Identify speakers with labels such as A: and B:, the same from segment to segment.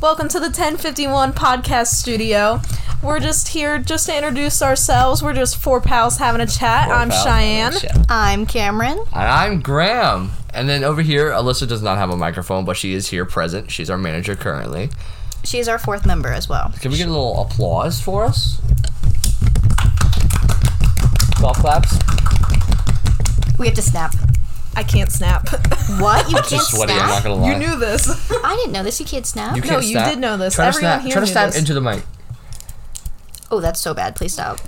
A: Welcome to the 1051 podcast studio. We're just here just to introduce ourselves. We're just four pals having a chat.
B: Four
A: I'm
B: pals
A: Cheyenne.
B: having a chat.
C: I'm Cameron.
B: And I'm Graham. And then over here, Alyssa does not have a microphone, but she is here present. She's our manager currently.
C: She's our fourth member as well.
B: Can we get a little applause for us? Golf claps.
C: We have to snap.
A: I can't snap.
C: What? You
B: I'm
C: can't
B: just sweaty.
C: snap?
B: I'm not gonna lie.
A: you knew this.
C: I didn't know this. You can't snap.
B: You can't
A: you
B: snap.
A: did know this.
B: Try to
A: Everyone
B: snap.
A: here
B: Try to
A: knew
B: snap
A: this.
B: into the mic.
C: oh, that's so bad. Please stop.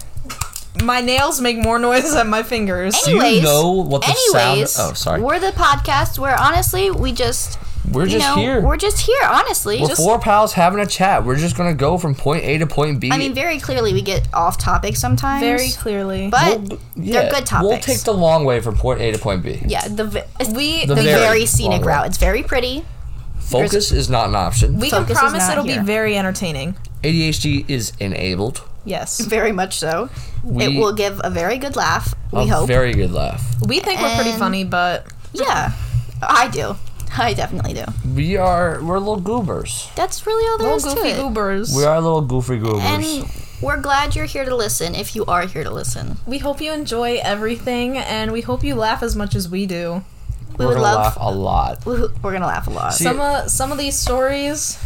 A: my nails make more noise than my fingers.
B: Do you
C: Anyways,
B: know what the
C: anyways,
B: sound- oh, sorry.
C: We're the podcast where honestly we just
B: We're
C: you
B: just
C: know,
B: here.
C: We're just here. Honestly,
B: We're
C: just
B: four pals having a chat. We're just gonna go from point A to point B.
C: I mean, very clearly we get off topic sometimes.
A: Very clearly.
C: but
B: We'll-
C: they're good topics.
B: We'll take the long way from point A to point B.
C: yeah the ve-
A: we
C: the
B: very
C: very,
B: long
C: scenic
B: way.
C: route. It's very pretty.
B: Focus is not an option.
A: we can
C: focus is
A: promise
C: not
A: it'll
C: here.
A: be very entertaining.
B: ADHD is enabled.
A: Yes.
C: Very much so.
B: We-
C: it will give a very good laugh. We
B: a
C: hope.
B: very good laugh.
A: We think we're pretty
C: And-
A: funny, but
C: yeah, I do. I definitely do.
B: We are we're little goobers.
C: That's really all there
A: little
C: is to
A: goofy
C: it.
A: goobers.
B: We are little goofy goobers.
C: And we're glad you're here to listen if you are here to listen.
A: we hope you enjoy everything and we hope you laugh as much as we do.
C: We
B: we're
C: would
B: gonna laugh
C: love.
B: a lot.
C: we- We're gonna laugh a lot.
B: See-
A: Some of some of these stories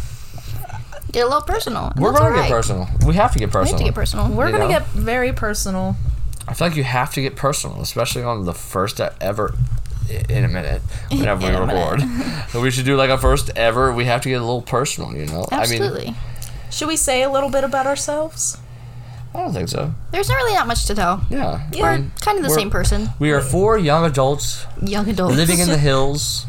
C: Get a little personal. and
B: We're
C: that's
B: gonna
C: all
B: get
C: right.
B: personal. We have to get
C: We
B: personal.
C: have to get personal.
A: We're
B: You
A: gonna
B: know?
A: get very personal.
B: I feel like you have to get personal, especially on the first e- ever i- in a minute whenever we
C: In a
B: record. we should do like a first ever. We have to get a little personal, you know.
C: Absolutely.
B: I mean,
A: Should we say a little bit about ourselves?
B: I don't think so.
C: There's not really not much to tell.
B: Yeah.
A: Yeah.
B: I mean,
C: Kind of the
B: We're-
C: same person.
B: we are four young adults
C: Young adult.
B: living in the hills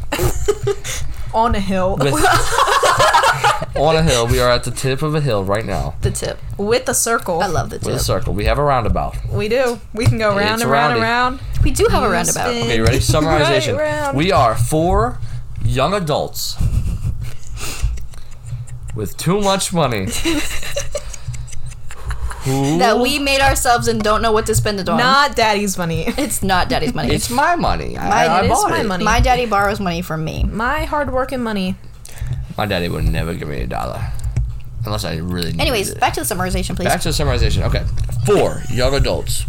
A: On a hill
B: with on a hill. We are at the tip of a hill right now
C: the tip.
A: with a circle.
C: I love the
B: with
C: tip.
B: a circle. We have a roundabout.
A: We do. We can go round
B: It's
A: and round and
B: roundy.
A: round.
C: We do have a
A: You
C: roundabout.
A: spin.
B: Okay, you ready? Summarization.
A: Right round.
B: we are four young adults with too much money. Who?
C: That we made ourselves and don't know what to spend it on.
A: Not daddy's money.
C: It's not daddy's money.
B: It's my money.
C: My-
B: I, I
C: it is
B: bought
A: my
B: it.
A: money.
C: my daddy borrows money from me.
A: My hard working money.
B: My daddy would never give me a dollar unless I really needed
C: Anyways,
B: it.
C: back to the summarization, please.
B: Back to the summarization. Okay, four young adults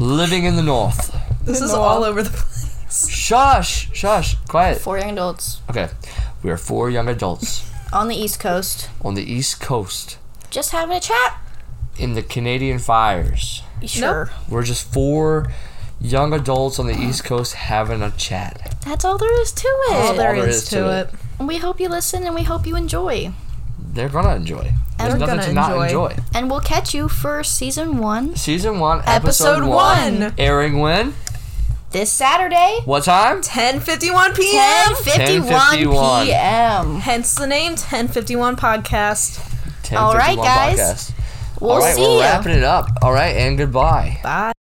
B: living in the north.
A: This is
C: Noah.
A: all over the place.
B: Shush, shush, quiet.
C: Four young adults
B: Okay, we are four young adults
C: on the East Coast
B: on the east coast
C: just having a chat.
B: in the Canadian fires.
C: Sure.
B: We're just four young adults on the East Coast having a chat.
C: That's all there is to it.
A: All there
B: all there
A: is
B: is to
A: to it.
C: We hope you listen and we hope you enjoy.
B: They're gonna enjoy. There's
A: We're
B: nothing
A: gonna
B: to not
A: enjoy.
B: enjoy.
C: And we'll catch you for season one
B: Season one, episode,
A: Episode
B: one.
A: one.
B: airing when?
C: this Saturday,
B: What time?
A: 10:51 p.m.
B: 10:51.
C: 10:51 p.m.
A: Hence the name 1051 podcast.
B: Ten
C: All right,
B: fifty-one
C: guys.
B: Podcast.
C: We'll
B: All right,
C: see
B: we're
C: you.
B: wrapping it up. All right, and goodbye.
A: Bye.